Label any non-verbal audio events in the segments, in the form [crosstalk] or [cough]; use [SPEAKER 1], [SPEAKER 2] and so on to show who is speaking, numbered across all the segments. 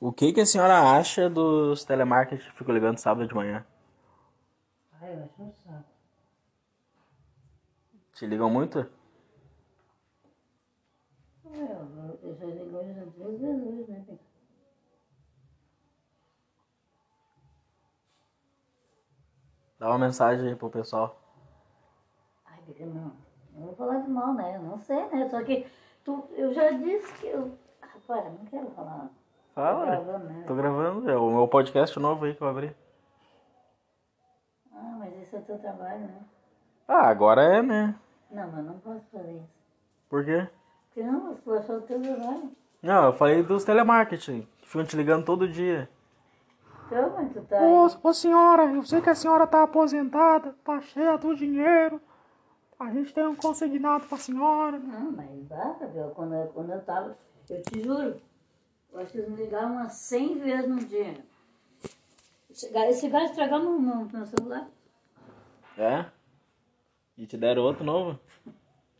[SPEAKER 1] O que, que a senhora acha dos telemarketers que ficam ligando sábado de manhã?
[SPEAKER 2] Ai, eu acho um saco.
[SPEAKER 1] Te ligam muito?
[SPEAKER 2] Meu, eu já liguei hoje às duas da noite, né? filho?
[SPEAKER 1] Dá uma mensagem aí pro pessoal.
[SPEAKER 2] Ai, eu não. Eu não vou falar de mal, né? Eu não sei, né? Só que tu, eu já disse que eu. Ah, para, não quero falar.
[SPEAKER 1] Fala.
[SPEAKER 2] Tô gravando, né?
[SPEAKER 1] Tô gravando, é o meu podcast novo aí que eu abri.
[SPEAKER 2] Ah, mas isso é teu trabalho, né?
[SPEAKER 1] Ah, agora é, né?
[SPEAKER 2] Não, mas eu não posso fazer isso.
[SPEAKER 1] Por quê?
[SPEAKER 2] Porque não, você achou o teu trabalho.
[SPEAKER 1] Não, eu falei dos telemarketing, que ficam te ligando todo dia.
[SPEAKER 2] Então, mas tu tá.
[SPEAKER 3] Ô, ô senhora, eu sei que a senhora tá aposentada, tá cheia do dinheiro. A gente tem um consignado pra senhora.
[SPEAKER 2] Não, mas dá, Gabriel. Quando, eu- quando eu tava. Eu te juro, eu acho que eles me ligavam umas 100 vezes no dia. Chegar- Esse cara estragava meu, meu, meu celular.
[SPEAKER 1] É? E te deram outro novo?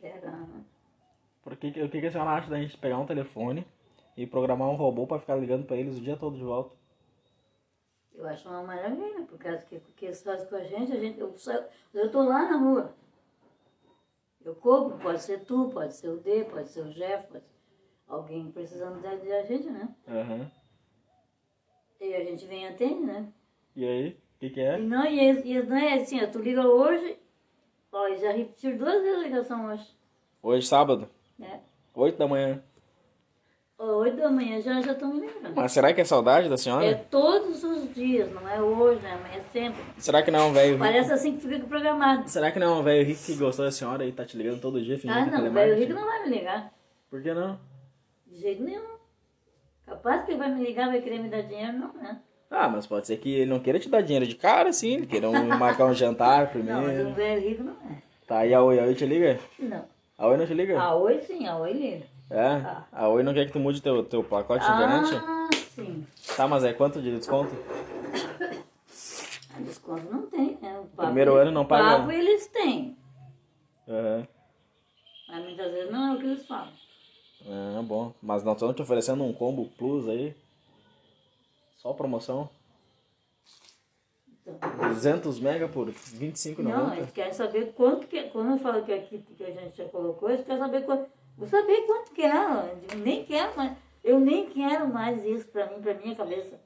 [SPEAKER 2] Era. né?
[SPEAKER 1] Por que, que- o que, que a senhora acha da gente pegar um telefone e programar um robô pra ficar ligando pra eles o dia todo de volta?
[SPEAKER 2] Eu acho uma maravilha, por causa que, que eles fazem com a gente, a gente eu, saio- eu tô lá na rua. Eu cobro, pode ser tu, pode ser o D, pode ser o Jeff, pode ser alguém precisando da, da gente, né?
[SPEAKER 1] Aham.
[SPEAKER 2] E a gente vem e atende, né?
[SPEAKER 1] E aí? O que, que
[SPEAKER 2] E
[SPEAKER 1] é?
[SPEAKER 2] não, e, eles- e eles não é assim, ó, tu liga hoje, ó, eles já repetiram duas vezes a ligação hoje,
[SPEAKER 1] Hoje, sábado,
[SPEAKER 2] né?
[SPEAKER 1] 8 da manhã.
[SPEAKER 2] Ó, Oito da manhã já já estão me ligando.
[SPEAKER 1] Mas será que é saudade da senhora?
[SPEAKER 2] É todos os dias, não é hoje, né? Amanhã é sempre.
[SPEAKER 1] Será que não é um velho rico?
[SPEAKER 2] Parece assim que tu fica programado.
[SPEAKER 1] Será que não é um velho rico que gostou da senhora e tá te ligando todo dia fingindo
[SPEAKER 2] Ah,
[SPEAKER 1] que é
[SPEAKER 2] não, o velho
[SPEAKER 1] telemarketing?
[SPEAKER 2] rico não vai me ligar,
[SPEAKER 1] Por que não?
[SPEAKER 2] de jeito nenhum. Capaz que ele vai me ligar, vai querer me dar dinheiro, não, né?
[SPEAKER 1] Ah, mas pode ser que ele não queira te dar dinheiro de cara, sim. Ele queira um- marcar um jantar
[SPEAKER 2] Não, mas o
[SPEAKER 1] primeiro.
[SPEAKER 2] velho rico não é.
[SPEAKER 1] Tá, e a Oi? A Oi te liga?
[SPEAKER 2] Não.
[SPEAKER 1] A Oi não te liga?
[SPEAKER 2] A Oi sim, a Oi liga.
[SPEAKER 1] É? A Oi não quer que tu mude teu, teu pacote de internet?
[SPEAKER 2] Ah, sim.
[SPEAKER 1] Tá, mas é quanto de desconto?
[SPEAKER 2] Ah, Desconto não tem, né? O pago-
[SPEAKER 1] Primeiro ano não paga.
[SPEAKER 2] Pago eles têm.
[SPEAKER 1] Aham.
[SPEAKER 2] Mas muitas vezes não é o que eles falam.
[SPEAKER 1] Ah, bom. Mas nós estamos te oferecendo um combo plus aí. Só promoção.
[SPEAKER 2] Então,
[SPEAKER 1] 200 mega por 25,90.
[SPEAKER 2] não, é. eles querem saber quanto que Quando eu falo que aqui que a gente já colocou, eles querem saber quanto. Vou saber quanto que é. ó. Eu digo, nem quero mais. Eu nem quero mais isso pra mim, pra minha cabeça.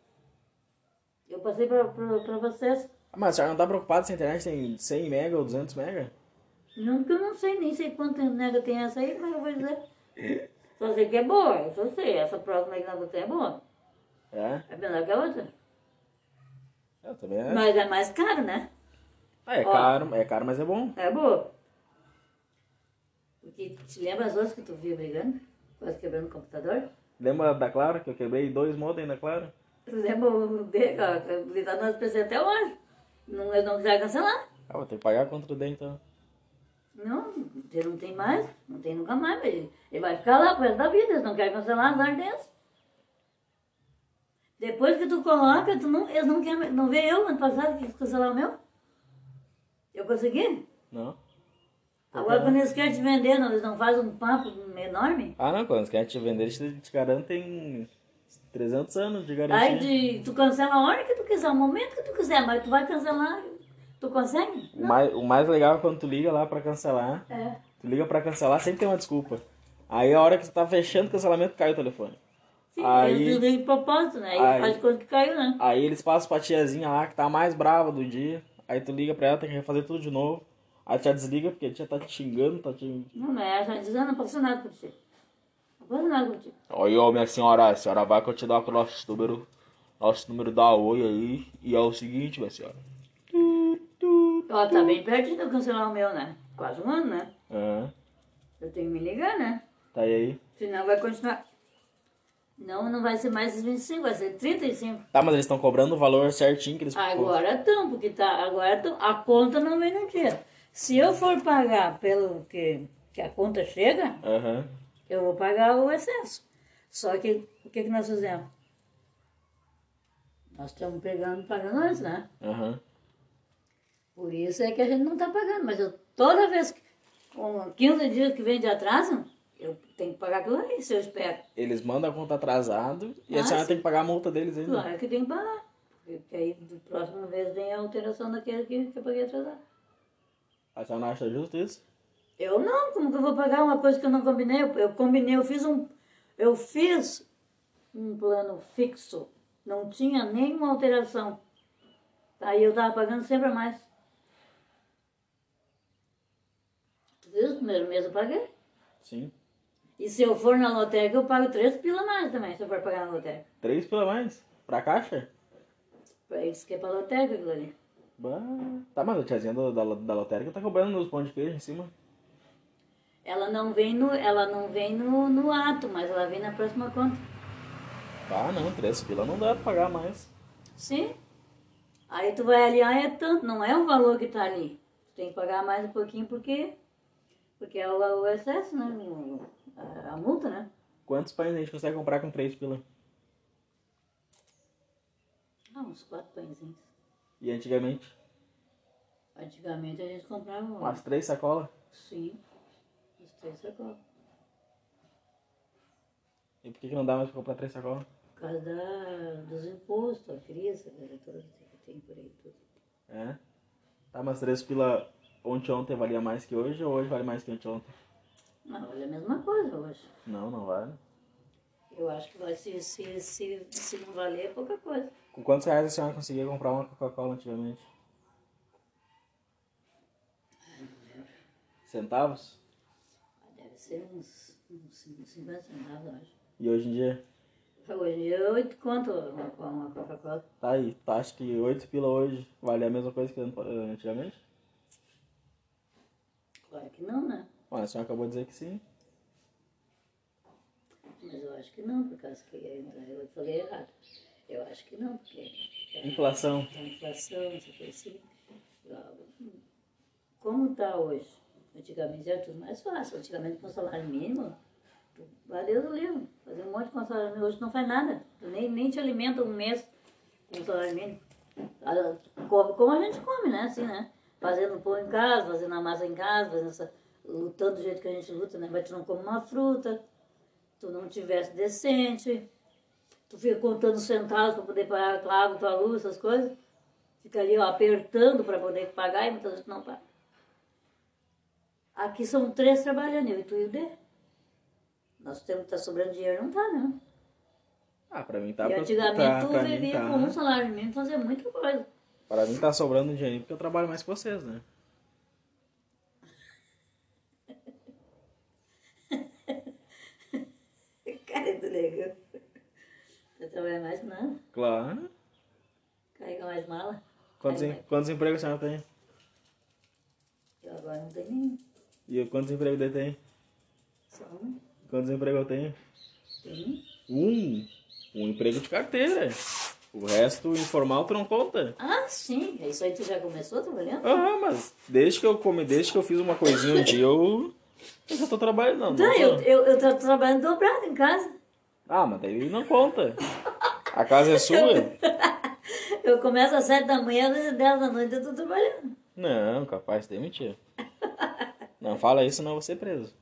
[SPEAKER 2] Eu passei pra, pra, pra vocês.
[SPEAKER 1] Ah, Mas a senhora não tá preocupada se a internet tem 100 mega ou 200 mega?
[SPEAKER 2] Não que eu não sei, nem sei quanto nega tem essa aí, mas eu vou dizer. Só sei que é boa, eu só sei. Essa próxima aí que nós botamos é boa.
[SPEAKER 1] É?
[SPEAKER 2] É melhor que a outra.
[SPEAKER 1] Eu também é.
[SPEAKER 2] Mas é mais caro, né?
[SPEAKER 1] Ah, é
[SPEAKER 2] Ó.
[SPEAKER 1] caro, é caro, mas é bom.
[SPEAKER 2] É boa. Porque te lembra as outras que tu viu brigando? Quase quebrando o computador?
[SPEAKER 1] Lembra da Clara, que eu quebrei dois modem da Clara?
[SPEAKER 2] Tu lembra o D, habilitado nós PC até hoje. Não, eu não quiser cancelar.
[SPEAKER 1] Ah, vou ter que pagar contra o D então.
[SPEAKER 2] Não, ele não tem mais, não tem nunca mais, mas ele, ele vai ficar lá pro resto da vida, eles não querem cancelar as ardências. Depois que tu coloca, tu não, eles não querem, mais- não vê eu ano passado que quis cancelar o meu? Eu consegui?
[SPEAKER 1] Não?
[SPEAKER 2] Agora quando eles querem te vender, não, eles não fazem um papo enorme?
[SPEAKER 1] Ah, não, quando eles querem te vender, eles te te garantem 300 anos de garantia.
[SPEAKER 2] Aí de- tu cancela a hora que tu quiser, o momento que tu quiser, mas tu vai cancelar. Tu consegue?
[SPEAKER 1] O, mais, o mais legal é quando tu liga lá pra cancelar.
[SPEAKER 2] É.
[SPEAKER 1] Tu liga pra cancelar, sempre tem uma desculpa. Aí a hora que tu tá fechando o cancelamento, cai o telefone.
[SPEAKER 2] Sim,
[SPEAKER 1] Aí-
[SPEAKER 2] eu digo de propósito, né?
[SPEAKER 1] Aí-
[SPEAKER 2] Aí faz de coisa que caiu, né?
[SPEAKER 1] Aí eles passam pra tiazinha lá, que tá mais brava do dia. Aí tu liga pra ela, tem que refazer tudo de novo. Aí tu já desliga, porque a tia tá te xingando, tá te...
[SPEAKER 2] Não, mas ela já diz, ah, não posso nada contigo. Não posso nada contigo.
[SPEAKER 1] Oi, ô, minha senhora, a senhora vai que eu te dou o nosso número, nosso número da Oi aí. E é o seguinte, minha senhora.
[SPEAKER 2] Ó, tá bem pertinho de eu cancelar o meu, né? Quase um ano, né?
[SPEAKER 1] Aham.
[SPEAKER 2] Eu tenho que me ligar, né?
[SPEAKER 1] Tá aí.
[SPEAKER 2] Senão vai continuar. Não, não vai ser mais esses 25, vai ser 35.
[SPEAKER 1] Tá, mas eles estão cobrando o valor certinho que eles...
[SPEAKER 2] Agora estão, porque tá, agora tão, a conta não vem no dia. Se eu for pagar pelo que, que a conta chega,
[SPEAKER 1] Aham.
[SPEAKER 2] Eu vou pagar o excesso. Só que o que, que nós fizemos? Nós estamos pegando para nós, né?
[SPEAKER 1] Aham.
[SPEAKER 2] Por tá isso é que a gente não está pagando. Mas eu toda vez que. Com 15 dias que vem de atraso, Eu tenho que pagar aquilo aí, se eu espero.
[SPEAKER 1] Eles mandam a conta atrasado e a
[SPEAKER 2] Ah,
[SPEAKER 1] senhora
[SPEAKER 2] sim.
[SPEAKER 1] tem que pagar a multa deles ainda.
[SPEAKER 2] Claro que tem que pagar. Porque porque aí, do próximo vez, vem a alteração daquele que, que eu paguei atrasado.
[SPEAKER 1] A senhora não acha justo isso?
[SPEAKER 2] Eu não, como que eu vou pagar uma coisa que eu não combinei? Eu, eu combinei, eu fiz um. Eu fiz um plano fixo. Não tinha nenhuma alteração. Aí eu estava pagando sempre a mais. Tu viu? O primeiro mês eu paguei.
[SPEAKER 1] Sim.
[SPEAKER 2] E se eu for na lotérica, eu pago três pila a mais também, se eu for pagar na lotérica.
[SPEAKER 1] Três pila a mais? Pra caixa?
[SPEAKER 2] Pra eles que é pra lotérica aquilo ali.
[SPEAKER 1] Bah. Tá, mas a tiazinha da, da, da lotérica tá cobrando os pão de queijo em cima.
[SPEAKER 2] Ela não vem no, ela não vem no, no ato, mas ela vem na próxima conta.
[SPEAKER 1] Ah, não, três pila não dá pra pagar mais.
[SPEAKER 2] Sim. Aí tu vai ali, ah, é tanto, não é o valor que tá ali. Tu tem que pagar mais um pouquinho porque, porque é o, o excesso, né? O- A, a multa, né?
[SPEAKER 1] Quantos pães a gente consegue comprar com três pila?
[SPEAKER 2] Ah, uns quatro pãezinhos.
[SPEAKER 1] E antigamente?
[SPEAKER 2] Antigamente a gente comprava um,
[SPEAKER 1] Umas três sacolas?
[SPEAKER 2] Sim. Os três sacolas.
[SPEAKER 1] E por que, que não dá mais pra comprar três sacolas?
[SPEAKER 2] Por causa da, dos impostos, a crise, a coisa toda que tem por aí tudo.
[SPEAKER 1] É. Tá, mas três pila ontem ontem valia mais que hoje ou hoje vale mais que ontem ontem?
[SPEAKER 2] Não, olha é a mesma coisa hoje.
[SPEAKER 1] Não, não vale.
[SPEAKER 2] Eu acho que vai, se, se, se, se não valer é pouca coisa.
[SPEAKER 1] Com quantos reais a senhora conseguia comprar uma Coca-Cola antigamente? Centavos?
[SPEAKER 2] Deve ser uns, uns, uns 50 centavos, eu acho. Então,
[SPEAKER 1] E hoje em dia?
[SPEAKER 2] Hoje em dia eu oito conto uma, uma Coca-Cola.
[SPEAKER 1] Tá aí, tu acha que 8 pila hoje vale a mesma coisa que an- antigamente?
[SPEAKER 2] Claro que não, né?
[SPEAKER 1] Bom, a senhora acabou de dizer que sim.
[SPEAKER 2] Mas eu acho que não, por causa que ainda eu falei errado. Eu acho que não, porque
[SPEAKER 1] Inflação.
[SPEAKER 2] a inflação, não sei o que assim. Eu- Como está hoje? Antigamente era tudo mais fácil. Antigamente com salário mínimo, tu, valeu do livro. Fazer um monte com salário mínimo. Hoje tu não faz nada. Tu nem, nem te alimenta um mês com salário mínimo. Ah, Come como a gente come, né? Assim, né? Fazendo pão em casa, fazendo a massa em casa, fazendo essa, lutando do jeito que a gente luta, né? Mas tu não come uma fruta, tu não tivesse decente, tu fica contando centavos para poder pagar a tua água, tua luz, essas coisas. Fica ali ó, apertando para poder pagar e muitas vezes tu não paga. Aqui são três trabalhando, eu e tu e o D. Nós temos que estar sobrando dinheiro, não tá, não.
[SPEAKER 1] Ah, pra mim tá
[SPEAKER 2] e
[SPEAKER 1] pra-
[SPEAKER 2] antigamente
[SPEAKER 1] tá,
[SPEAKER 2] tu
[SPEAKER 1] pra mim
[SPEAKER 2] vivia
[SPEAKER 1] tá.
[SPEAKER 2] com um salário mínimo fazia muita coisa.
[SPEAKER 1] Pra mim tá sobrando um dinheirinho porque eu trabalho mais que vocês, né?
[SPEAKER 2] [laughs] Cara do legal. Tu trabalha mais que nada,
[SPEAKER 1] Claro.
[SPEAKER 2] carrega mais mala.
[SPEAKER 1] Quantos,
[SPEAKER 2] É
[SPEAKER 1] em- quantos empregos a senhora tem?
[SPEAKER 2] Eu agora não tenho nenhum.
[SPEAKER 1] E quantos empregos eu tenho?
[SPEAKER 2] Só um.
[SPEAKER 1] Quantos empregos eu tenho?
[SPEAKER 2] Tem um.
[SPEAKER 1] Um. Um emprego de carteira. O resto informal tu não conta.
[SPEAKER 2] Ah, sim. É isso aí tu já começou trabalhando?
[SPEAKER 1] Ah, mas desde que eu comi, desde que eu fiz uma coisinha um dia, eu. Eu já tô trabalhando, não.
[SPEAKER 2] Tá,
[SPEAKER 1] não
[SPEAKER 2] eu,
[SPEAKER 1] tô.
[SPEAKER 2] eu, eu tô trabalhando dobrado em casa.
[SPEAKER 1] Ah, mas daí não conta. A casa é sua?
[SPEAKER 2] Eu começo às sete da manhã, às dez da noite eu tô trabalhando.
[SPEAKER 1] Não, capaz de mentir. Não fala isso, não vou ser preso.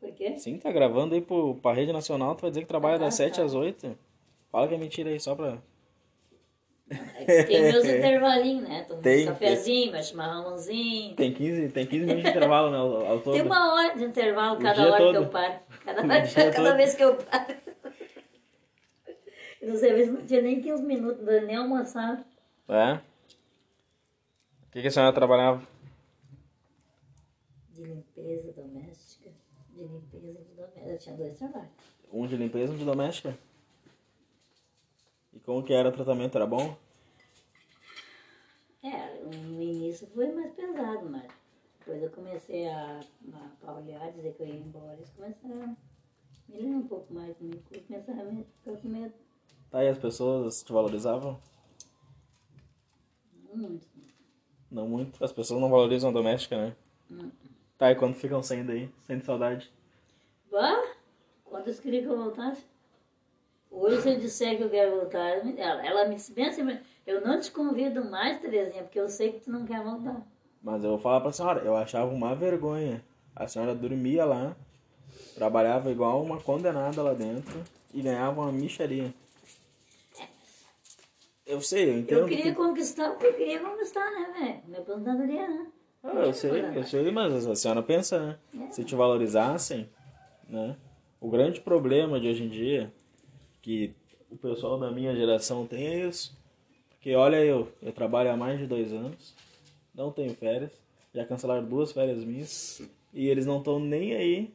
[SPEAKER 2] Por quê?
[SPEAKER 1] Sim, tá gravando aí pro, pra rede nacional, tu vai dizer que trabalha
[SPEAKER 2] Ah,
[SPEAKER 1] das 7
[SPEAKER 2] tá.
[SPEAKER 1] às 8. Fala que é mentira aí, só pra.
[SPEAKER 2] Tem
[SPEAKER 1] [laughs]
[SPEAKER 2] meus intervalinhos, né? Tomo
[SPEAKER 1] Tem,
[SPEAKER 2] um cafezinho, mais chimarrãozinho.
[SPEAKER 1] Tem 15, tem 15 minutos de intervalo, né? Ao, ao todo.
[SPEAKER 2] Tem uma hora de intervalo
[SPEAKER 1] O
[SPEAKER 2] cada
[SPEAKER 1] dia
[SPEAKER 2] hora que
[SPEAKER 1] todo.
[SPEAKER 2] eu paro. Cada,
[SPEAKER 1] [laughs] O
[SPEAKER 2] hora-
[SPEAKER 1] dia
[SPEAKER 2] [laughs] cada
[SPEAKER 1] todo.
[SPEAKER 2] vez que eu paro. No serviço não tinha nem 15 minutos, não deu nem almoçar.
[SPEAKER 1] É? O que, que a senhora trabalhava?
[SPEAKER 2] De limpeza doméstica. De limpeza de doméstica. Eu tinha dois trabalhos.
[SPEAKER 1] Um de limpeza, um de doméstica? E como que era o tratamento? Era bom?
[SPEAKER 2] É, no início foi mais pesado, mas depois eu comecei a, a paulear, dizer que eu ia embora, eles começaram a me ler um pouco mais de mim, começaram a me ficar com medo.
[SPEAKER 1] Tá, e as pessoas te valorizavam?
[SPEAKER 2] Não muito.
[SPEAKER 1] Não muito. As pessoas não valorizam a doméstica, né? Tá, e quando ficam saindo aí? Sente saudade?
[SPEAKER 2] Bah, quando eles queriam que eu voltasse. Hoje, se eu disser que eu quero voltar, ela, me- ela- ela me disse bem assim, mas eu não te convido mais, Terezinha, porque eu sei que tu não quer voltar.
[SPEAKER 1] Mas eu vou falar pra senhora, eu achava uma vergonha. A senhora dormia lá, Trabalhava igual uma condenada lá dentro e ganhava uma micharia. Eu sei, eu entendo.
[SPEAKER 2] Eu queria
[SPEAKER 1] que...
[SPEAKER 2] conquistar o que eu queria conquistar, né, velho? Minha aposentadoria, né?
[SPEAKER 1] Ah, eu
[SPEAKER 2] é.
[SPEAKER 1] sei, eu sei, mas a senhora pensa, né? Se te valorizassem, né? O grande problema de hoje em dia, que o pessoal da minha geração tem é isso. Porque olha eu, eu trabalho há mais de dois anos, não tenho férias, já cancelaram duas férias minhas, e eles não estão nem aí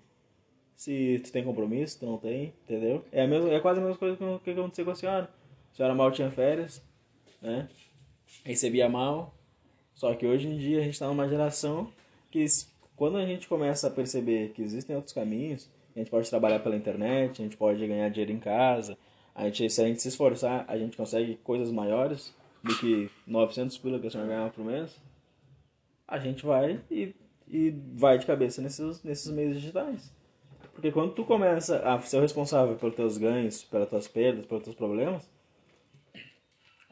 [SPEAKER 1] se tu tem compromisso, tu não tem, entendeu? É, a mesma, é quase a mesma coisa que, que aconteceu com a senhora. A senhora mal tinha férias, né? Recebia mal, só que hoje em dia a gente está numa geração que s- quando a gente começa a perceber que existem outros caminhos, a gente pode trabalhar pela internet, a gente pode ganhar dinheiro em casa, a gente, se a gente se esforçar, a gente consegue coisas maiores do que 900 pila que a senhora ganhava por mês, a gente vai e, e vai de cabeça nesses, nesses meios digitais. Porque quando tu começa a ser o responsável pelos teus ganhos, pelas tuas perdas, pelos teus problemas,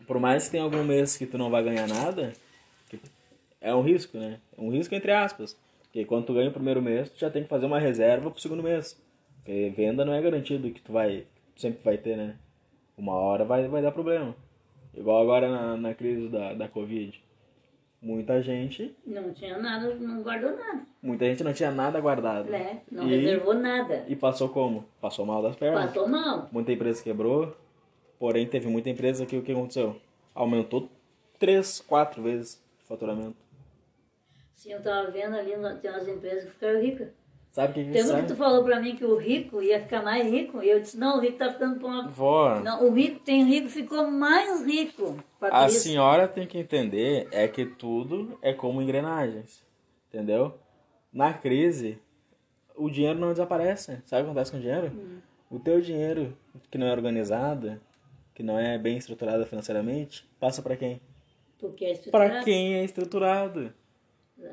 [SPEAKER 1] por mais que tenha algum mês que tu não vai ganhar nada, que é um risco, né? É Um risco entre aspas. Porque quando tu ganha o primeiro mês, tu já tem que fazer uma reserva pro segundo mês. Porque venda não é garantido que tu vai. Sempre vai ter, né? Uma hora vai, vai dar problema. Igual agora na, na crise da, da Covid. Muita gente.
[SPEAKER 2] Não tinha nada, não guardou nada,
[SPEAKER 1] Muita gente não tinha nada guardado.
[SPEAKER 2] né? Não
[SPEAKER 1] e, É.
[SPEAKER 2] reservou nada.
[SPEAKER 1] E passou como? Passou mal das pernas.
[SPEAKER 2] Passou mal.
[SPEAKER 1] Muita empresa quebrou, porém teve muita empresa que o que aconteceu? Aumentou três, quatro vezes o faturamento.
[SPEAKER 2] Sim, eu tava vendo ali, no- tem umas empresas que ficaram ricas.
[SPEAKER 1] Sabe o que é? que
[SPEAKER 2] Lembra que
[SPEAKER 1] sabe?
[SPEAKER 2] tu falou pra mim que o rico ia ficar mais rico? E eu disse, não, o rico tá ficando pobre.
[SPEAKER 1] Vó,
[SPEAKER 2] Não, o rico tem rico, ficou mais rico.
[SPEAKER 1] a
[SPEAKER 2] Patrícia.
[SPEAKER 1] senhora tem que entender é que tudo é como engrenagens, entendeu? Na crise, o dinheiro não desaparece. Sabe o que acontece com o dinheiro? O teu dinheiro, que não é organizado, que não é bem estruturado financeiramente, passa pra quem?
[SPEAKER 2] Porque é estruturado.
[SPEAKER 1] Pra quem é estruturado.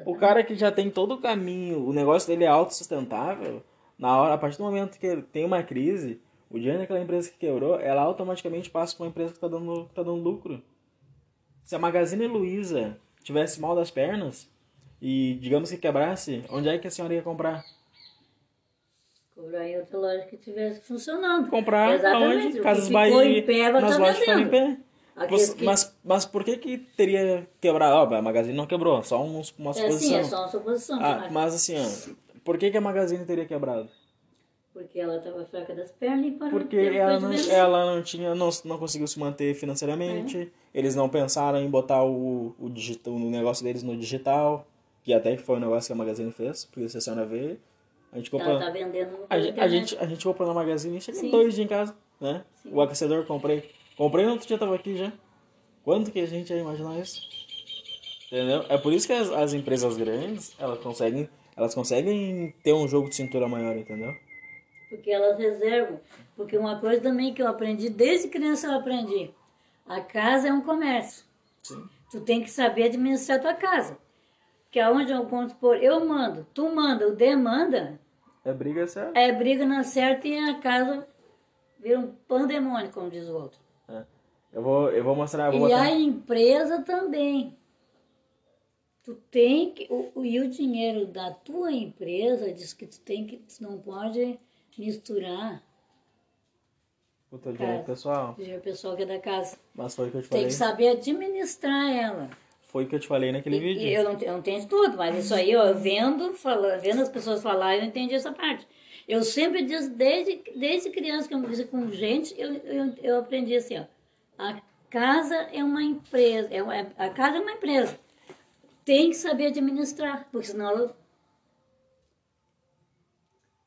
[SPEAKER 1] O cara que já tem todo o caminho, o negócio dele é autossustentável, na hora, a partir do momento que ele tem uma crise, o dinheiro daquela empresa que quebrou, ela automaticamente passa para uma empresa que tá dando, que tá dando lucro. Se a Magazine Luiza tivesse mal das pernas e digamos que quebrasse, onde é que a senhora ia comprar?
[SPEAKER 2] Cobrar em outra loja que tivesse funcionando.
[SPEAKER 1] Comprar
[SPEAKER 2] Exatamente.
[SPEAKER 1] onde?
[SPEAKER 2] O
[SPEAKER 1] Casas
[SPEAKER 2] que
[SPEAKER 1] Bahia,
[SPEAKER 2] ficou em pé, vai
[SPEAKER 1] nas
[SPEAKER 2] tá
[SPEAKER 1] lojas que ficaram em
[SPEAKER 2] vendendo.
[SPEAKER 1] pé.
[SPEAKER 2] Aqui, é
[SPEAKER 1] Você-
[SPEAKER 2] aqui.
[SPEAKER 1] mas, mas por que que teria quebrado? Ó, a Magazine não quebrou, só uns, uma
[SPEAKER 2] É assim,
[SPEAKER 1] suposição.
[SPEAKER 2] é só uma suposição.
[SPEAKER 1] Ah,
[SPEAKER 2] mas-
[SPEAKER 1] mas assim, ó, por que, que a Magazine teria quebrado?
[SPEAKER 2] Porque ela estava fraca das pernas e parou
[SPEAKER 1] Porque
[SPEAKER 2] teve
[SPEAKER 1] ela
[SPEAKER 2] coisa
[SPEAKER 1] não, é
[SPEAKER 2] mesmo.
[SPEAKER 1] ela não tinha, não, não conseguiu se manter financeiramente.
[SPEAKER 2] É.
[SPEAKER 1] Eles não pensaram em botar o, o, digital, o negócio deles no digital. Que até que foi um negócio que a Magazine fez, porque se a senhora vê, a gente
[SPEAKER 2] Ela
[SPEAKER 1] comprou.
[SPEAKER 2] tá vendendo.
[SPEAKER 1] a,
[SPEAKER 2] pela
[SPEAKER 1] gente- a
[SPEAKER 2] internet.
[SPEAKER 1] gente, a gente comprou na Magazine e chega em
[SPEAKER 2] Sim.
[SPEAKER 1] dois dias em casa, né?
[SPEAKER 2] Sim.
[SPEAKER 1] O aquecedor comprei. Comprei no outro dia tava aqui já. Quanto que a gente ia imaginar isso? Entendeu? É por isso que as, as empresas grandes, elas conseguem, elas conseguem ter um jogo de cintura maior, entendeu?
[SPEAKER 2] Porque elas reservam. Porque uma coisa também que eu aprendi, desde criança eu aprendi. A casa é um comércio. Tu tem que saber administrar a tua casa. Porque aonde eu vamos supor, eu mando, tu manda, o demanda,
[SPEAKER 1] É briga certa.
[SPEAKER 2] é briga na certa e a casa vira um pandemônio, como diz o outro.
[SPEAKER 1] É. Eu vou, eu vou mostrar, eu vou
[SPEAKER 2] E
[SPEAKER 1] botar.
[SPEAKER 2] a empresa também. Tu tem que. O, o- e o dinheiro da tua empresa diz que tu tem que. Tu não pode misturar
[SPEAKER 1] o teu direito pessoal.
[SPEAKER 2] o dinheiro pessoal que é da casa.
[SPEAKER 1] Mas foi o que eu te
[SPEAKER 2] É. Tem
[SPEAKER 1] falei.
[SPEAKER 2] que saber administrar ela.
[SPEAKER 1] Foi o que eu te falei naquele
[SPEAKER 2] E,
[SPEAKER 1] vídeo.
[SPEAKER 2] e eu, não, eu não tenho tudo, mas isso aí, ó, eu vendo, fala, vendo as pessoas falarem, eu entendi essa parte. Eu sempre disse, desde, desde criança que eu me disse com gente, eu, eu, eu aprendi assim, ó. A casa é uma empresa, é, uma- a casa é uma empresa. Tem que saber administrar, porque senão ela...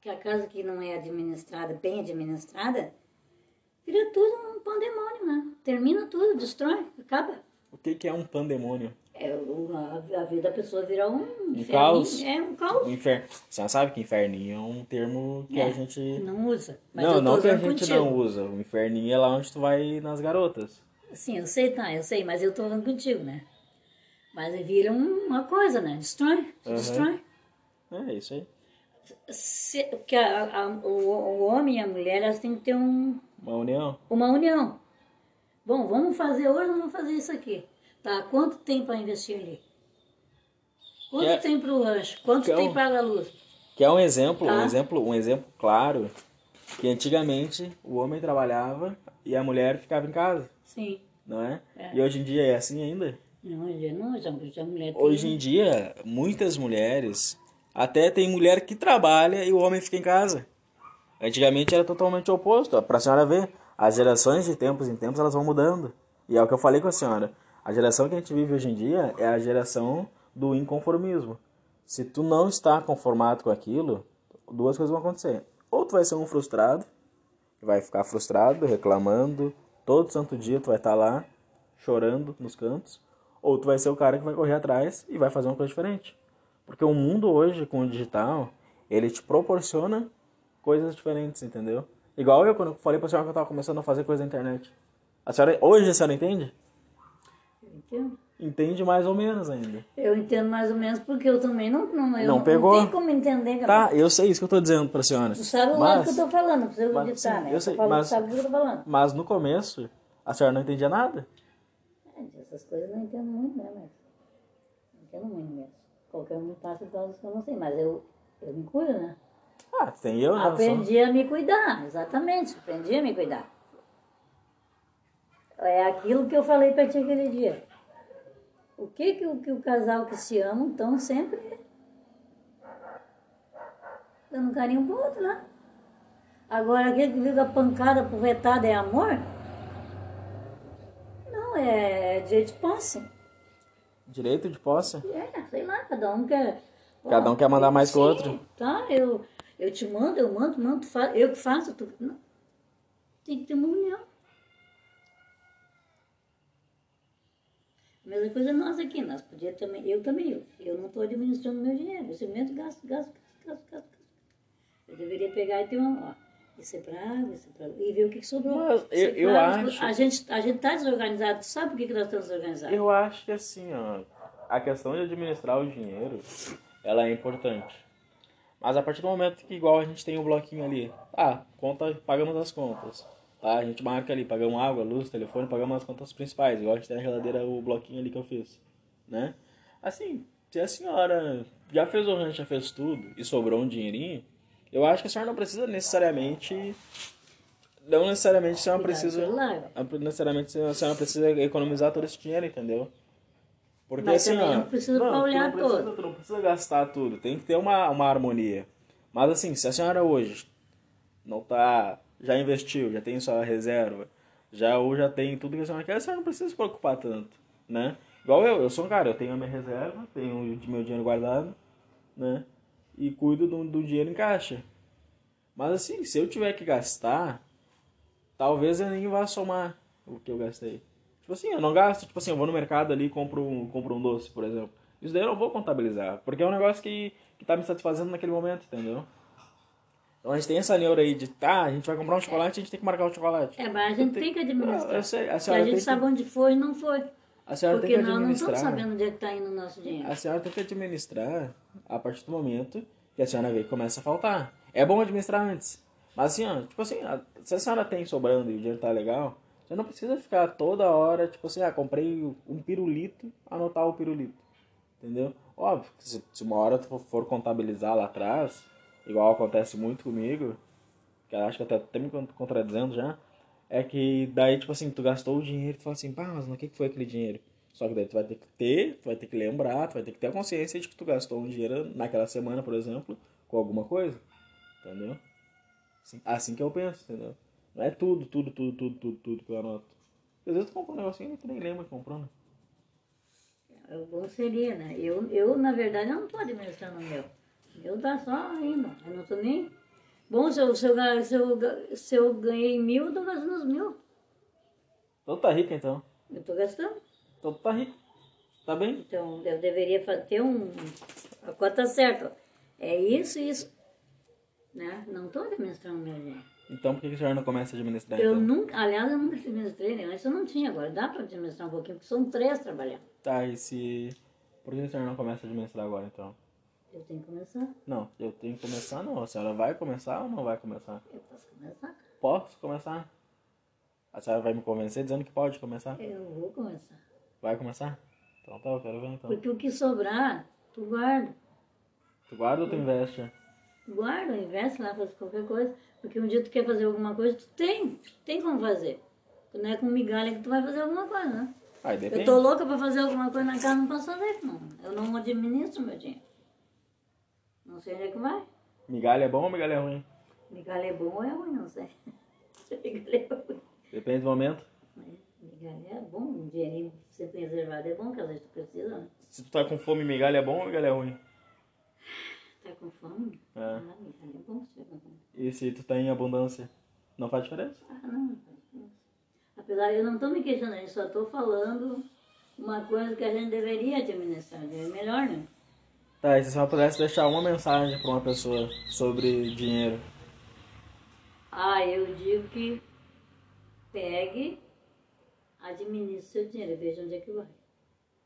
[SPEAKER 2] Que a casa que não é administrada, bem administrada, vira tudo um pandemônio, né? Termina tudo, destrói, acaba.
[SPEAKER 1] O que, que é um pandemônio?
[SPEAKER 2] É, o- a, a vida da pessoa virar um, inferninho.
[SPEAKER 1] caos.
[SPEAKER 2] É um caos.
[SPEAKER 1] O inferno. Você sabe que inferninho é um termo que a
[SPEAKER 2] É,
[SPEAKER 1] gente.
[SPEAKER 2] Não usa. Mas eu
[SPEAKER 1] não,
[SPEAKER 2] tô
[SPEAKER 1] não que a
[SPEAKER 2] usando
[SPEAKER 1] gente
[SPEAKER 2] contigo.
[SPEAKER 1] não usa. O inferninho é lá onde tu vai nas garotas.
[SPEAKER 2] Sim, eu sei, tá, eu sei, mas eu tô falando contigo, né? Mas vira um- uma coisa, né? Destrói,
[SPEAKER 1] Aham.
[SPEAKER 2] destrói.
[SPEAKER 1] É isso aí.
[SPEAKER 2] Se, porque a- a- o, o homem e a mulher, elas têm que ter um,
[SPEAKER 1] Uma união.
[SPEAKER 2] uma união. Bom, vamos fazer hoje, vamos fazer isso aqui. Tá, quanto tem para investir ali? Quanto
[SPEAKER 1] Que é-
[SPEAKER 2] tem para o rancho? Quanto
[SPEAKER 1] que é
[SPEAKER 2] tem
[SPEAKER 1] um-
[SPEAKER 2] para a luz?
[SPEAKER 1] Que é um exemplo, um
[SPEAKER 2] Ah.
[SPEAKER 1] exemplo, um exemplo claro que antigamente o homem trabalhava e a mulher ficava em casa,
[SPEAKER 2] Sim.
[SPEAKER 1] não é?
[SPEAKER 2] É.
[SPEAKER 1] E hoje em dia é assim ainda?
[SPEAKER 2] Não, ele não, essa essa mulher né? tem...
[SPEAKER 1] Hoje em dia, muitas mulheres, até tem mulher que trabalha e o homem fica em casa. Antigamente era totalmente oposto, ó, pra senhora ver, as gerações de tempos em tempos elas vão mudando. E é o que eu falei com a senhora, a geração que a gente vive hoje em dia é a geração do inconformismo. Se tu não está conformado com aquilo, duas coisas vão acontecer. Ou tu vai ser um frustrado, que vai ficar frustrado, reclamando, todo santo dia tu vai estar lá chorando nos cantos, ou tu vai ser o cara que vai correr atrás e vai fazer uma coisa diferente. Porque o mundo hoje com o digital, ele te proporciona coisas diferentes, entendeu? Igual eu quando eu falei pra senhora que eu tava começando a fazer coisa na internet. A senhora, hoje a senhora entende?
[SPEAKER 2] Entendeu?
[SPEAKER 1] Entende mais ou menos ainda.
[SPEAKER 2] Eu entendo mais ou menos porque eu também não... Não, eu
[SPEAKER 1] Não pegou?
[SPEAKER 2] Não tem como entender,
[SPEAKER 1] Tá,
[SPEAKER 2] cara.
[SPEAKER 1] eu sei isso que eu tô dizendo pra senhora.
[SPEAKER 2] Tu sabe o lado que eu tô falando, não precisa
[SPEAKER 1] mas,
[SPEAKER 2] acreditar,
[SPEAKER 1] sim,
[SPEAKER 2] né?
[SPEAKER 1] eu sei,
[SPEAKER 2] tô falando,
[SPEAKER 1] mas-
[SPEAKER 2] tu sabe o que eu tô falando.
[SPEAKER 1] mas no começo, a senhora não entendia nada.
[SPEAKER 2] É, Gente, Essas coisas eu não entendo muito, né, mas não entendo muito mesmo. Qualquer um me passa por causa que eu não sei, mas eu, eu me cuido, né?
[SPEAKER 1] Ah, tem eu, né? Eu sou-
[SPEAKER 2] Aprendi a me cuidar, exatamente, aprendi a me cuidar. É aquilo que eu falei pra ti aquele dia. O que que o, que o casal que se ama estão sempre dando carinho pro outro, né? Agora, aquele que fica pancada pro retado é amor? Não, é direito de posse.
[SPEAKER 1] Direito de posse.
[SPEAKER 2] É, sei lá, cada um quer.
[SPEAKER 1] Cada um quer mandar mais que o
[SPEAKER 2] Sim,
[SPEAKER 1] outro.
[SPEAKER 2] Tá, eu, eu te mando, eu mando, mando, tu faz, eu que faço, tu. Não. Tem que ter uma união. Mesma coisa nós aqui, nós podíamos também, eu também, eu, eu não estou administrando meu dinheiro, eu simplesmente gasto, gasto, gasto, gasto, gasto, gasto. Eu deveria pegar e ter uma, ó, isso é pra água, isso é pra e ver o que, que sobrou.
[SPEAKER 1] Mas
[SPEAKER 2] Isso é
[SPEAKER 1] eu- eu
[SPEAKER 2] pra água,
[SPEAKER 1] acho-
[SPEAKER 2] A gente, a gente tá desorganizado, sabe por que, que nós estamos desorganizados?
[SPEAKER 1] Eu acho que assim, ó, a questão de administrar o dinheiro, ela é importante. Mas a partir do momento que igual a gente tem um bloquinho ali, tá, conta, pagamos as contas. Tá, a gente marca ali, pagamos água, luz, telefone, pagamos as contas principais, igual a gente tem na geladeira o bloquinho ali que eu fiz, né? Assim, se a senhora já fez o rancho, já fez tudo e sobrou um dinheirinho, eu acho que a senhora não precisa necessariamente não necessariamente a senhora
[SPEAKER 2] Cuidado do
[SPEAKER 1] precisa
[SPEAKER 2] celular.
[SPEAKER 1] não necessariamente a senhora precisa economizar todo esse dinheiro, entendeu? Porque
[SPEAKER 2] Mas
[SPEAKER 1] assim,
[SPEAKER 2] também
[SPEAKER 1] ó,
[SPEAKER 2] não precisa
[SPEAKER 1] tu
[SPEAKER 2] olhar
[SPEAKER 1] não precisa,
[SPEAKER 2] todo.
[SPEAKER 1] tu não precisa gastar tudo, tem que ter uma, uma harmonia. Mas assim, se a senhora hoje não tá, já investiu, já tem sua reserva, já ou já tem tudo que a senhora quer, a senhora não precisa se preocupar tanto, né? Igual eu, eu sou um cara, eu tenho a minha reserva, tenho o meu dinheiro guardado, né? E cuido do, do dinheiro em caixa. Mas assim, se eu tiver que gastar, talvez eu nem vá somar o que eu gastei. Tipo assim, eu não gasto, tipo assim, eu vou no mercado ali e compro um, compro um doce, por exemplo. Isso daí eu não vou contabilizar, porque é um negócio que, que tá me satisfazendo naquele momento, entendeu? Então a gente tem essa neura aí de, tá, a gente vai comprar um chocolate, a gente tem que marcar o chocolate.
[SPEAKER 2] É, mas a gente tem que administrar.
[SPEAKER 1] Não, eu sei, a
[SPEAKER 2] Se
[SPEAKER 1] senhora
[SPEAKER 2] a gente
[SPEAKER 1] tem
[SPEAKER 2] sabe
[SPEAKER 1] que,
[SPEAKER 2] onde foi e não foi.
[SPEAKER 1] a senhora tem
[SPEAKER 2] porque
[SPEAKER 1] que
[SPEAKER 2] nós não
[SPEAKER 1] administrar. né?
[SPEAKER 2] estamos sabendo onde é que está indo o nosso dinheiro.
[SPEAKER 1] A senhora tem que administrar a partir do momento que a senhora vê que começa a faltar. É bom administrar antes. Mas assim, ó, tipo assim, a- se a senhora tem sobrando e o dinheiro tá legal, você não precisa ficar toda hora, tipo assim, ah, comprei um pirulito, anotar o pirulito. Entendeu? Óbvio que se, se uma hora tu for contabilizar lá atrás, igual acontece muito comigo, que eu acho que eu tô até me con- contradizendo já, é que daí, tipo assim, tu gastou o dinheiro, tu fala assim, pá, mas no que que foi aquele dinheiro? Só que daí tu vai ter que ter, tu vai ter que lembrar, tu vai ter que ter a consciência de que tu gastou um dinheiro naquela semana, por exemplo, com alguma coisa, entendeu? Assim, assim que eu penso, entendeu? Não é tudo, tudo, tudo, tudo, tudo, tudo que eu anoto. Às vezes tu compra um negocinho e tu nem lembra que comprou, né?
[SPEAKER 2] O bom seria, né? Eu, eu na verdade, eu não estou administrando o meu. Eu tá só indo. Eu não estou nem. Bom, se eu, se, eu, ga- se, eu, ga- se eu ganhei mil, eu estou gastando os mil.
[SPEAKER 1] Então tu tá rico, então.
[SPEAKER 2] Eu estou gastando.
[SPEAKER 1] Então tu tá rico. Tá bem?
[SPEAKER 2] Então, eu deveria fa- ter um, a cota certa. É isso, isso. Né? Não estou administrando o meu dinheiro.
[SPEAKER 1] Então por que que a senhora não começa a administrar,
[SPEAKER 2] Eu
[SPEAKER 1] então?
[SPEAKER 2] nunca, aliás, eu nunca administrei, né? Antes eu não tinha, agora dá para administrar um pouquinho, porque são três trabalhando.
[SPEAKER 1] Tá, e se... Por que a senhora não começa a administrar agora, então?
[SPEAKER 2] Eu tenho que começar.
[SPEAKER 1] Não, eu tenho que começar, não. A senhora vai começar ou não vai começar?
[SPEAKER 2] Eu posso começar?
[SPEAKER 1] Posso começar? A senhora vai me convencer dizendo que pode começar?
[SPEAKER 2] Eu vou começar.
[SPEAKER 1] Vai começar? Então tá, eu quero ver então.
[SPEAKER 2] Porque o que sobrar, tu guarda.
[SPEAKER 1] Tu guarda ou tu investe?
[SPEAKER 2] guarda, investe lá, faz qualquer coisa. Porque um dia tu quer fazer alguma coisa, tu tem, tem como fazer. Não é com migalha que tu vai fazer alguma coisa, né?
[SPEAKER 1] Aí
[SPEAKER 2] Eu
[SPEAKER 1] depende.
[SPEAKER 2] tô louca pra fazer alguma coisa na casa, não posso fazer, não. Eu não administro meu dinheiro. Não sei onde é que vai.
[SPEAKER 1] Migalha é bom ou migalha é ruim?
[SPEAKER 2] Migalha é bom ou é ruim, não sei. [laughs] Migalha é ruim.
[SPEAKER 1] Depende do momento.
[SPEAKER 2] né? Migalha é bom, um dinheirinho sempre reservado é bom, que às vezes tu precisa, né?
[SPEAKER 1] Se tu tá com fome, migalha é bom ou migalha é ruim?
[SPEAKER 2] Tá com fome?
[SPEAKER 1] É.
[SPEAKER 2] Ah, migalha é bom se tiver com fome.
[SPEAKER 1] E se tu tá em abundância? Não faz diferença?
[SPEAKER 2] Ah, não, faz diferença. Apesar, eu não tô me questionando, eu só tô falando uma coisa que a gente deveria administrar, é melhor, né?
[SPEAKER 1] Tá, e se você pudesse deixar uma mensagem pra uma pessoa sobre dinheiro?
[SPEAKER 2] Ah, eu digo que pegue, administre seu dinheiro, e veja onde é que vai.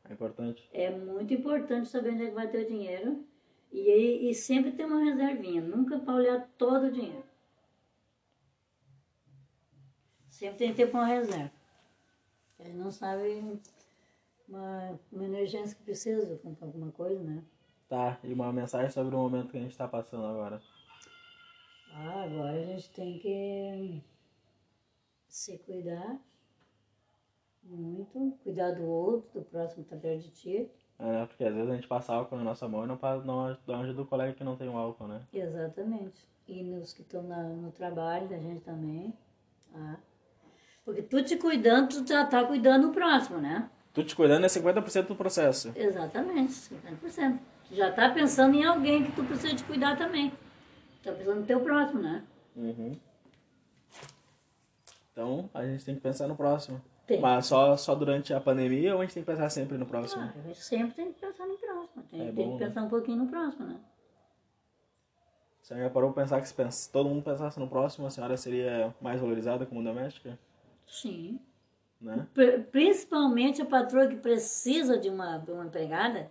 [SPEAKER 1] É importante.
[SPEAKER 2] É muito importante saber onde é que vai teu dinheiro e, aí- e sempre ter uma reservinha, nunca para olhar todo o dinheiro. Sempre tem que ter uma reserva. A gente não sabe uma, uma emergência que precisa comprar alguma coisa, né?
[SPEAKER 1] Tá, e uma mensagem sobre o momento que a gente tá passando agora.
[SPEAKER 2] Ah, agora a gente tem que se cuidar muito, cuidar do outro, do próximo que tá perto de ti.
[SPEAKER 1] É, né? Porque às vezes a gente passa álcool na nossa mão e não, pa- não, não ajuda o colega que não tem o álcool, né?
[SPEAKER 2] Exatamente. E nos que estão na- no trabalho da gente também. Tá? Porque tu te cuidando, tu já tá cuidando do próximo, né?
[SPEAKER 1] Tu te cuidando é 50% do processo.
[SPEAKER 2] Exatamente, 50%. Tu já tá pensando em alguém que tu precisa de cuidar também. Tá pensando no teu próximo, né?
[SPEAKER 1] Uhum. Então a gente tem que pensar no próximo.
[SPEAKER 2] Tem.
[SPEAKER 1] Mas só, só durante a pandemia ou a gente tem que pensar sempre no próximo?
[SPEAKER 2] Ah, a gente sempre tem que pensar no próximo. Tem,
[SPEAKER 1] É
[SPEAKER 2] tem
[SPEAKER 1] bom,
[SPEAKER 2] que
[SPEAKER 1] né?
[SPEAKER 2] pensar um pouquinho no próximo, né?
[SPEAKER 1] A senhora já parou pra pensar que se pens- todo mundo pensasse no próximo, a senhora seria mais valorizada como doméstica?
[SPEAKER 2] Sim.
[SPEAKER 1] Né?
[SPEAKER 2] Pri- Principalmente a patroa que precisa de uma, de uma empregada,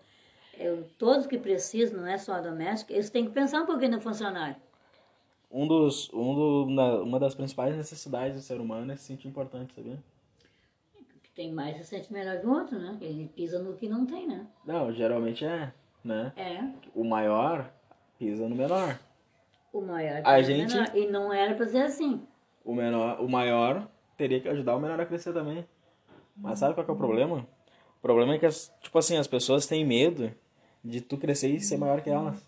[SPEAKER 2] eu, todos que precisam, não é só a doméstica, eles têm que pensar um pouquinho no funcionário.
[SPEAKER 1] Um dos, um do, na- uma das principais necessidades do ser humano é se sentir importante, sabia?
[SPEAKER 2] que tem mais se sente melhor que o outro, né? Ele pisa no que não tem, né?
[SPEAKER 1] Não, geralmente é, né?
[SPEAKER 2] É.
[SPEAKER 1] O maior pisa no menor.
[SPEAKER 2] O maior
[SPEAKER 1] A
[SPEAKER 2] pisa no
[SPEAKER 1] gente-
[SPEAKER 2] menor. E não era pra ser assim.
[SPEAKER 1] o menor, o maior teria que ajudar o menor a crescer também. Mas sabe qual que é o
[SPEAKER 2] Uhum.
[SPEAKER 1] problema? O problema é que as, tipo assim, as pessoas têm medo de tu crescer e
[SPEAKER 2] Uhum.
[SPEAKER 1] ser maior que elas.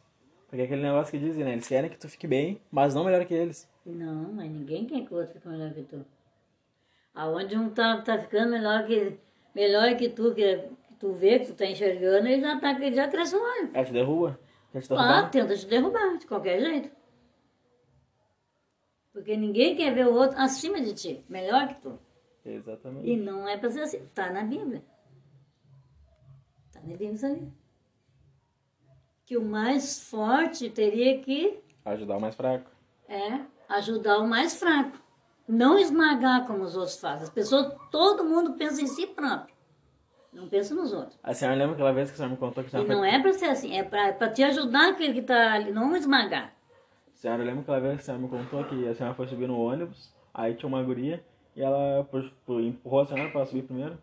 [SPEAKER 1] Porque é aquele negócio que dizem, né? Eles querem que tu fique bem, mas não melhor que eles.
[SPEAKER 2] Não, mas ninguém quer que o outro fique melhor que tu. Aonde um tá, tá ficando melhor que, melhor que tu, que, que tu vê, que tu tá enxergando, ele já, tá, ele já cresce um olho.
[SPEAKER 1] Ela te derruba. Quer te
[SPEAKER 2] Ah,
[SPEAKER 1] derrubar.
[SPEAKER 2] tenta te derrubar, de qualquer jeito. Porque ninguém quer ver o outro acima de ti, melhor que tu.
[SPEAKER 1] Exatamente.
[SPEAKER 2] E não é pra ser assim. Tá na Bíblia. Tá na Bíblia isso aí. Que o mais forte teria que
[SPEAKER 1] Ajudar o mais fraco.
[SPEAKER 2] é, ajudar o mais fraco. Não esmagar como os outros fazem. As pessoas, todo mundo pensa em si próprio. Não pensa nos outros.
[SPEAKER 1] A senhora lembra aquela vez que a senhora me contou que a
[SPEAKER 2] E
[SPEAKER 1] senhora foi...
[SPEAKER 2] não é pra ser assim, é pra, é pra te ajudar aquele que tá ali, não esmagar.
[SPEAKER 1] A senhora lembra aquela vez que a senhora me contou que a senhora foi subir no ônibus, aí tinha uma guria e ela pux- pu- empurrou a senhora pra subir primeiro?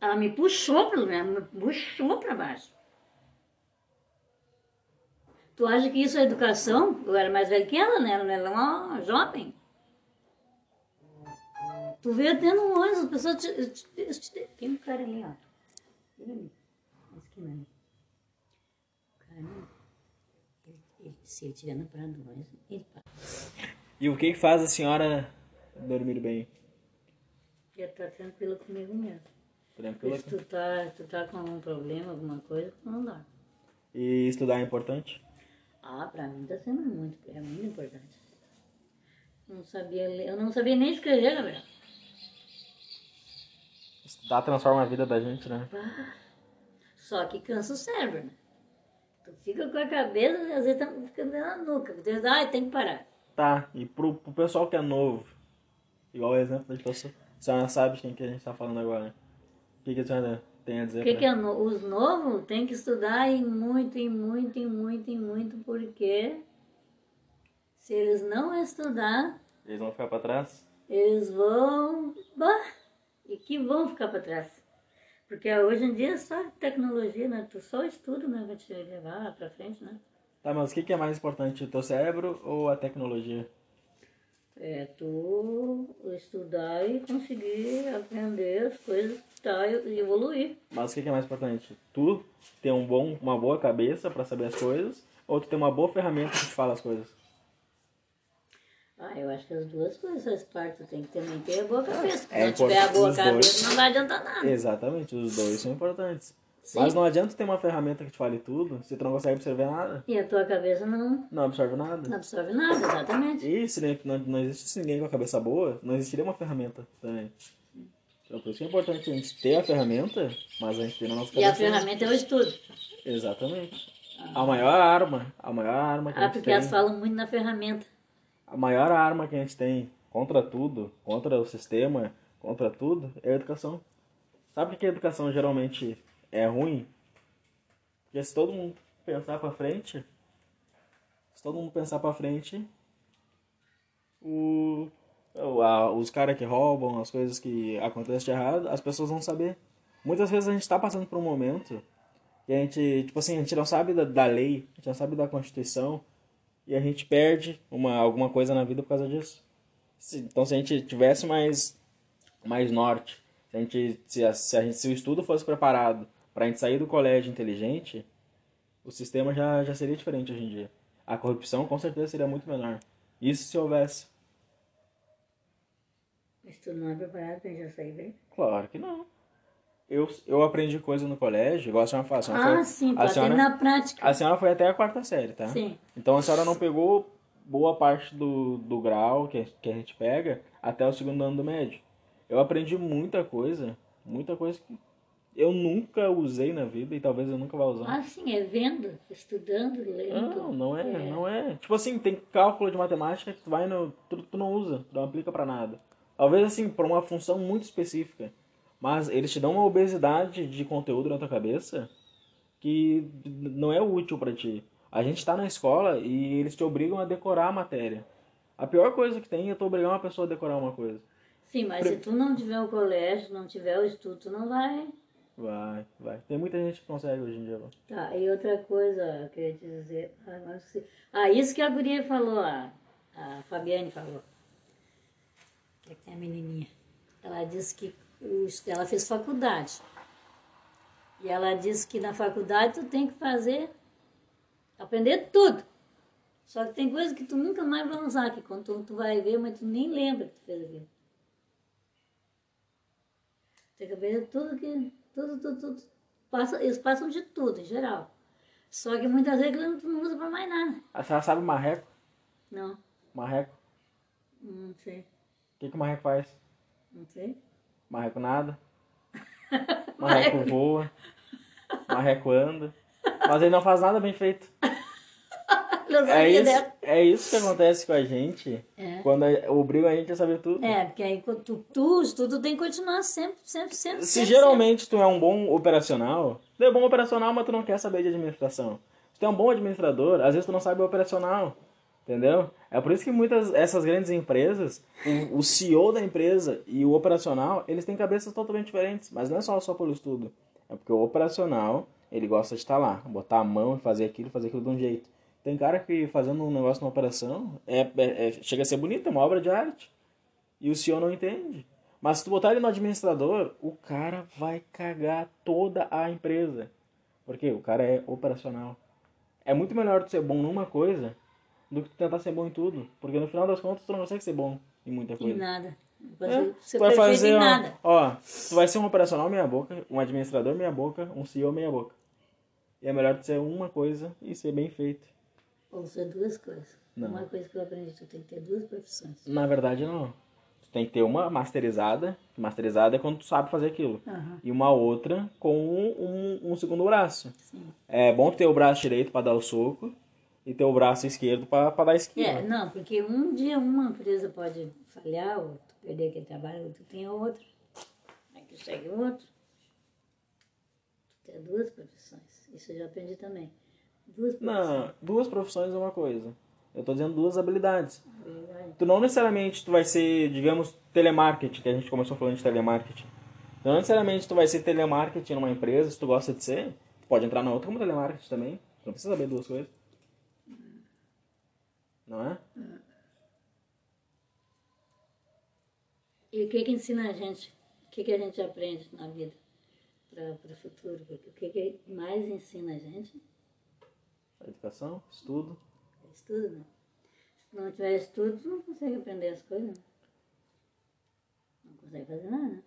[SPEAKER 2] Ela me puxou pelo menos, me puxou para baixo. Tu acha que isso é educação? Eu era mais velha que ela, né? Ela era uma jovem. Tu vê até no ônibus, as pessoas te, te- te- te- Tem um cara ali, ó. Olha ali, na esquina ali. O cara, ele- ele- se ele estiver na parada do ônibus, ele para.
[SPEAKER 1] E o que que faz a senhora dormir bem?
[SPEAKER 2] Ele tá tranquilo comigo mesmo.
[SPEAKER 1] Tranquila?
[SPEAKER 2] Porque se tu tá, tu tá com algum problema, alguma coisa, tu não dorme.
[SPEAKER 1] E estudar é importante?
[SPEAKER 2] Ah, pra mim tá sendo muito, é muito importante. Não sabia ler, eu não sabia nem escrever, Gabriel.
[SPEAKER 1] Estudar transforma a vida da gente, né?
[SPEAKER 2] Só que cansa o cérebro, né? Tu fica com a cabeça, às vezes tá ficando na nuca. Tu diz, ai, tem que parar.
[SPEAKER 1] Tá, e pro, pro pessoal que é novo, igual o exemplo da pessoa, a senhora sabe de quem que a gente tá falando agora, né? O que, que a senhora tem a dizer?
[SPEAKER 2] O que,
[SPEAKER 1] pra-
[SPEAKER 2] que é no... Os novos têm que estudar e muito, e muito, e muito, e muito, porque se eles não estudar,
[SPEAKER 1] Eles vão ficar pra trás?
[SPEAKER 2] eles vão. Bah! E que vão ficar para trás. Porque hoje em dia é só tecnologia, né? Tu só estudo né? vai te levar lá para frente, né?
[SPEAKER 1] Tá, mas o que que é mais importante, o teu cérebro ou a tecnologia?
[SPEAKER 2] É tu estudar e conseguir aprender as coisas tá, e evoluir.
[SPEAKER 1] Mas o que que é mais importante? Tu ter um bom, uma boa cabeça pra saber as coisas ou tu ter uma boa ferramenta que te fala as coisas?
[SPEAKER 2] Ah, eu acho que as duas coisas fazem parte. Tu tem que também ter a boa cabeça. Se
[SPEAKER 1] É
[SPEAKER 2] não tiver a boa
[SPEAKER 1] importante os dois.
[SPEAKER 2] cabeça, não vai adiantar nada.
[SPEAKER 1] Exatamente, os dois são importantes.
[SPEAKER 2] Ah. Sim.
[SPEAKER 1] Mas não adianta tu ter uma ferramenta que te fale tudo se tu não consegue absorver nada.
[SPEAKER 2] E a tua cabeça não,
[SPEAKER 1] Não absorve nada.
[SPEAKER 2] não absorve nada, exatamente.
[SPEAKER 1] E se nem- não, não existisse ninguém com a cabeça boa, não existiria uma ferramenta também. Então por isso que é importante a gente ter a ferramenta, mas a gente ter na nossa
[SPEAKER 2] E
[SPEAKER 1] cabeça.
[SPEAKER 2] a ferramenta Ah. é o estudo.
[SPEAKER 1] Exatamente. A maior arma, a maior arma que a
[SPEAKER 2] Ah,
[SPEAKER 1] gente
[SPEAKER 2] porque
[SPEAKER 1] tem.
[SPEAKER 2] elas falam muito na ferramenta.
[SPEAKER 1] A maior arma que a gente tem contra tudo, contra o sistema, contra tudo, é a educação. Sabe por que a educação geralmente é ruim? Porque se todo mundo pensar pra frente, se todo mundo pensar pra frente, o, o- a- os caras que roubam, as coisas que acontecem de errado, as pessoas vão saber. Muitas vezes a gente tá passando por um momento e a gente, tipo assim, a gente não sabe da, da lei, a gente não sabe da Constituição, e a gente perde uma, alguma coisa na vida por causa disso. Se- então, se a gente tivesse mais, mais norte, se, a gente, se, a, se, a gente, se o estudo fosse preparado para a gente sair do colégio inteligente, o sistema já, já seria diferente hoje em dia. A corrupção, com certeza, seria muito menor. Isso se houvesse.
[SPEAKER 2] O estudo não é preparado pra gente já sair bem.
[SPEAKER 1] Claro que não. Eu, eu aprendi coisa no colégio, igual a senhora fala. A senhora
[SPEAKER 2] Ah,
[SPEAKER 1] Assim foi- né?
[SPEAKER 2] sim,
[SPEAKER 1] a
[SPEAKER 2] pode ter
[SPEAKER 1] senhora,
[SPEAKER 2] na prática.
[SPEAKER 1] a senhora foi até a quarta série, tá?
[SPEAKER 2] Sim.
[SPEAKER 1] Então a senhora não pegou boa parte do, do grau que, que a gente pega até o segundo ano do médio. Eu aprendi muita coisa, muita coisa que eu nunca usei na vida e talvez eu nunca vá usar.
[SPEAKER 2] Ah, sim, é vendo, estudando, lendo.
[SPEAKER 1] Não, não é, não é. Tipo assim, tem cálculo de matemática que tu vai no. Tu, tu não usa, tu não aplica pra nada. Talvez assim, pra uma função muito específica. Mas eles te dão uma obesidade de conteúdo na tua cabeça que não é útil pra ti. A gente tá na escola e eles te obrigam a decorar a matéria. A pior coisa que tem é tu obrigar uma pessoa a decorar uma coisa.
[SPEAKER 2] Sim, mas se tu não tiver o colégio, não tiver o estudo, tu não vai.
[SPEAKER 1] Vai, vai. Tem muita gente que consegue hoje em dia. vai.
[SPEAKER 2] Tá, e outra coisa eu queria te dizer. Ah, agora eu esqueci. Ah, isso que a guria falou, a, a Fabiane falou. Que é que tem a menininha. Ela disse que o es- ela fez faculdade. E ela disse que na faculdade tu tem que fazer, aprender tudo. Só que tem coisa que tu nunca mais vai usar, que quando tu, tu vai ver, mas tu nem lembra que tu fez aquilo. Tem que aprender tudo que. Tudo, tudo, tudo. Passa, eles passam de tudo, em geral. Só que muitas vezes aquilo tu não usa pra mais nada.
[SPEAKER 1] A senhora sabe marreco?
[SPEAKER 2] Não,
[SPEAKER 1] Marreco.
[SPEAKER 2] não sei.
[SPEAKER 1] O que, que o marreco faz?
[SPEAKER 2] Não sei. [laughs]
[SPEAKER 1] Marreco nada. Marreco voa. Marreco anda. Mas ele não faz nada bem feito.
[SPEAKER 2] Não
[SPEAKER 1] É
[SPEAKER 2] sabia
[SPEAKER 1] isso,
[SPEAKER 2] dessa.
[SPEAKER 1] é isso que acontece com a gente
[SPEAKER 2] É.
[SPEAKER 1] quando a- obrigam a gente a saber tudo.
[SPEAKER 2] É, porque aí quando tu, tu, estudo tem que continuar sempre, sempre, sempre.
[SPEAKER 1] Se
[SPEAKER 2] sempre,
[SPEAKER 1] geralmente tu é um bom operacional, tu é bom operacional, mas tu não quer saber de administração. Se tu é um bom administrador, às vezes tu não sabe o operacional. Entendeu? É por isso que muitas essas grandes empresas, o, o CEO da empresa e o operacional, eles têm cabeças totalmente diferentes, mas não é só só pelo estudo. É porque o operacional, ele gosta de estar lá, botar a mão e fazer aquilo, fazer aquilo de um jeito. Tem cara que fazendo um negócio numa operação, é, é- é- chega a ser bonito, é uma obra de arte. E o senhor não entende. Mas se tu botar ele no administrador, o cara vai cagar toda a empresa. Porque o cara é operacional. É muito melhor tu ser bom numa coisa do que tu tentar ser bom em tudo. Porque no final das contas tu não consegue ser bom em muita
[SPEAKER 2] sempre.
[SPEAKER 1] coisa.
[SPEAKER 2] E nada. Não
[SPEAKER 1] É,
[SPEAKER 2] pode ser
[SPEAKER 1] tu vai
[SPEAKER 2] perfeito
[SPEAKER 1] fazer,
[SPEAKER 2] em
[SPEAKER 1] ó,
[SPEAKER 2] nada.
[SPEAKER 1] ó, tu vai ser um operacional meia boca, um administrador meia boca, um CEO meia boca. E é melhor tu ser uma coisa e ser bem feito.
[SPEAKER 2] Ou ser duas coisas.
[SPEAKER 1] Não.
[SPEAKER 2] Uma coisa que eu aprendi, tu tem que ter duas profissões.
[SPEAKER 1] Na verdade, não. Tu tem que ter uma masterizada, que masterizada é quando tu sabe fazer aquilo.
[SPEAKER 2] Aham.
[SPEAKER 1] E uma outra com um, um- um segundo braço.
[SPEAKER 2] Sim.
[SPEAKER 1] É bom tu ter o braço direito pra dar o soco e ter o braço esquerdo pra pra dar esquina.
[SPEAKER 2] É, não, porque um dia uma empresa pode falhar, ou tu perder aquele trabalho, ou tu tem outro, aí tu segue o outro. Tu tem duas profissões, isso eu já aprendi também. Duas profissões.
[SPEAKER 1] Não, duas profissões é uma coisa. Eu tô dizendo duas habilidades.
[SPEAKER 2] Não.
[SPEAKER 1] tu não necessariamente tu vai ser, digamos, telemarketing, que a gente começou falando de telemarketing. Tu Não necessariamente tu vai ser telemarketing numa empresa, se tu gosta de ser, tu pode entrar na outra como telemarketing também. Tu Não precisa saber duas coisas. não é?
[SPEAKER 2] E o que que ensina a gente? O que que a gente aprende na vida para o futuro? O que que mais ensina a gente?
[SPEAKER 1] A educação, estudo.
[SPEAKER 2] É estudo, né? Se não tiver estudo, tu não consegue aprender as coisas. né? Não consegue fazer nada. [laughs] né?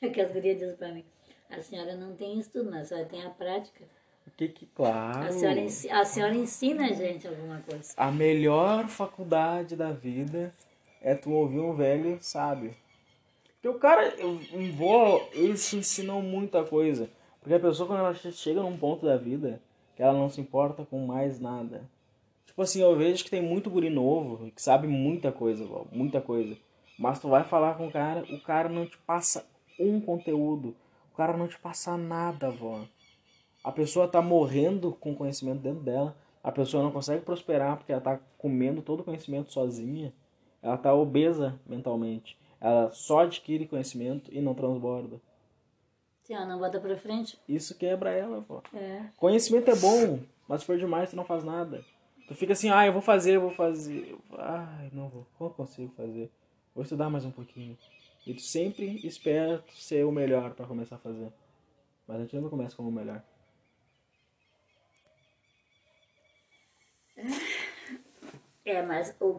[SPEAKER 2] É que as gurias dizem para mim, a senhora não tem estudo, mas a senhora tem a prática.
[SPEAKER 1] O que que, claro,
[SPEAKER 2] A senhora, ensi- a senhora ensina a gente alguma coisa.
[SPEAKER 1] a melhor faculdade da vida é tu ouvir um velho sábio. Porque o cara, eu- um vó, eles te ensinam muita coisa. Porque a pessoa, quando ela che- chega num ponto da vida, que ela não se importa com mais nada. Tipo assim, eu vejo que tem muito guri novo, que sabe muita coisa, vó, muita coisa. Mas tu vai falar com o cara, o cara não te passa um conteúdo. O cara não te passa nada, vó. A pessoa tá morrendo com conhecimento dentro dela. A pessoa não consegue prosperar porque ela tá comendo todo o conhecimento sozinha. Ela tá obesa mentalmente. Ela só adquire conhecimento e não transborda.
[SPEAKER 2] Se ela Assim, não bota para frente,
[SPEAKER 1] Isso quebra ela, pô.
[SPEAKER 2] é.
[SPEAKER 1] Conhecimento é bom, mas se for demais, tu não faz nada. Tu fica assim, ah, eu vou fazer, eu vou fazer. Eu- Ai, não vou, não consigo fazer. Vou estudar mais um pouquinho. E tu sempre espera tu ser o melhor pra começar a fazer. Mas a gente nunca começa como o melhor.
[SPEAKER 2] É, mas o,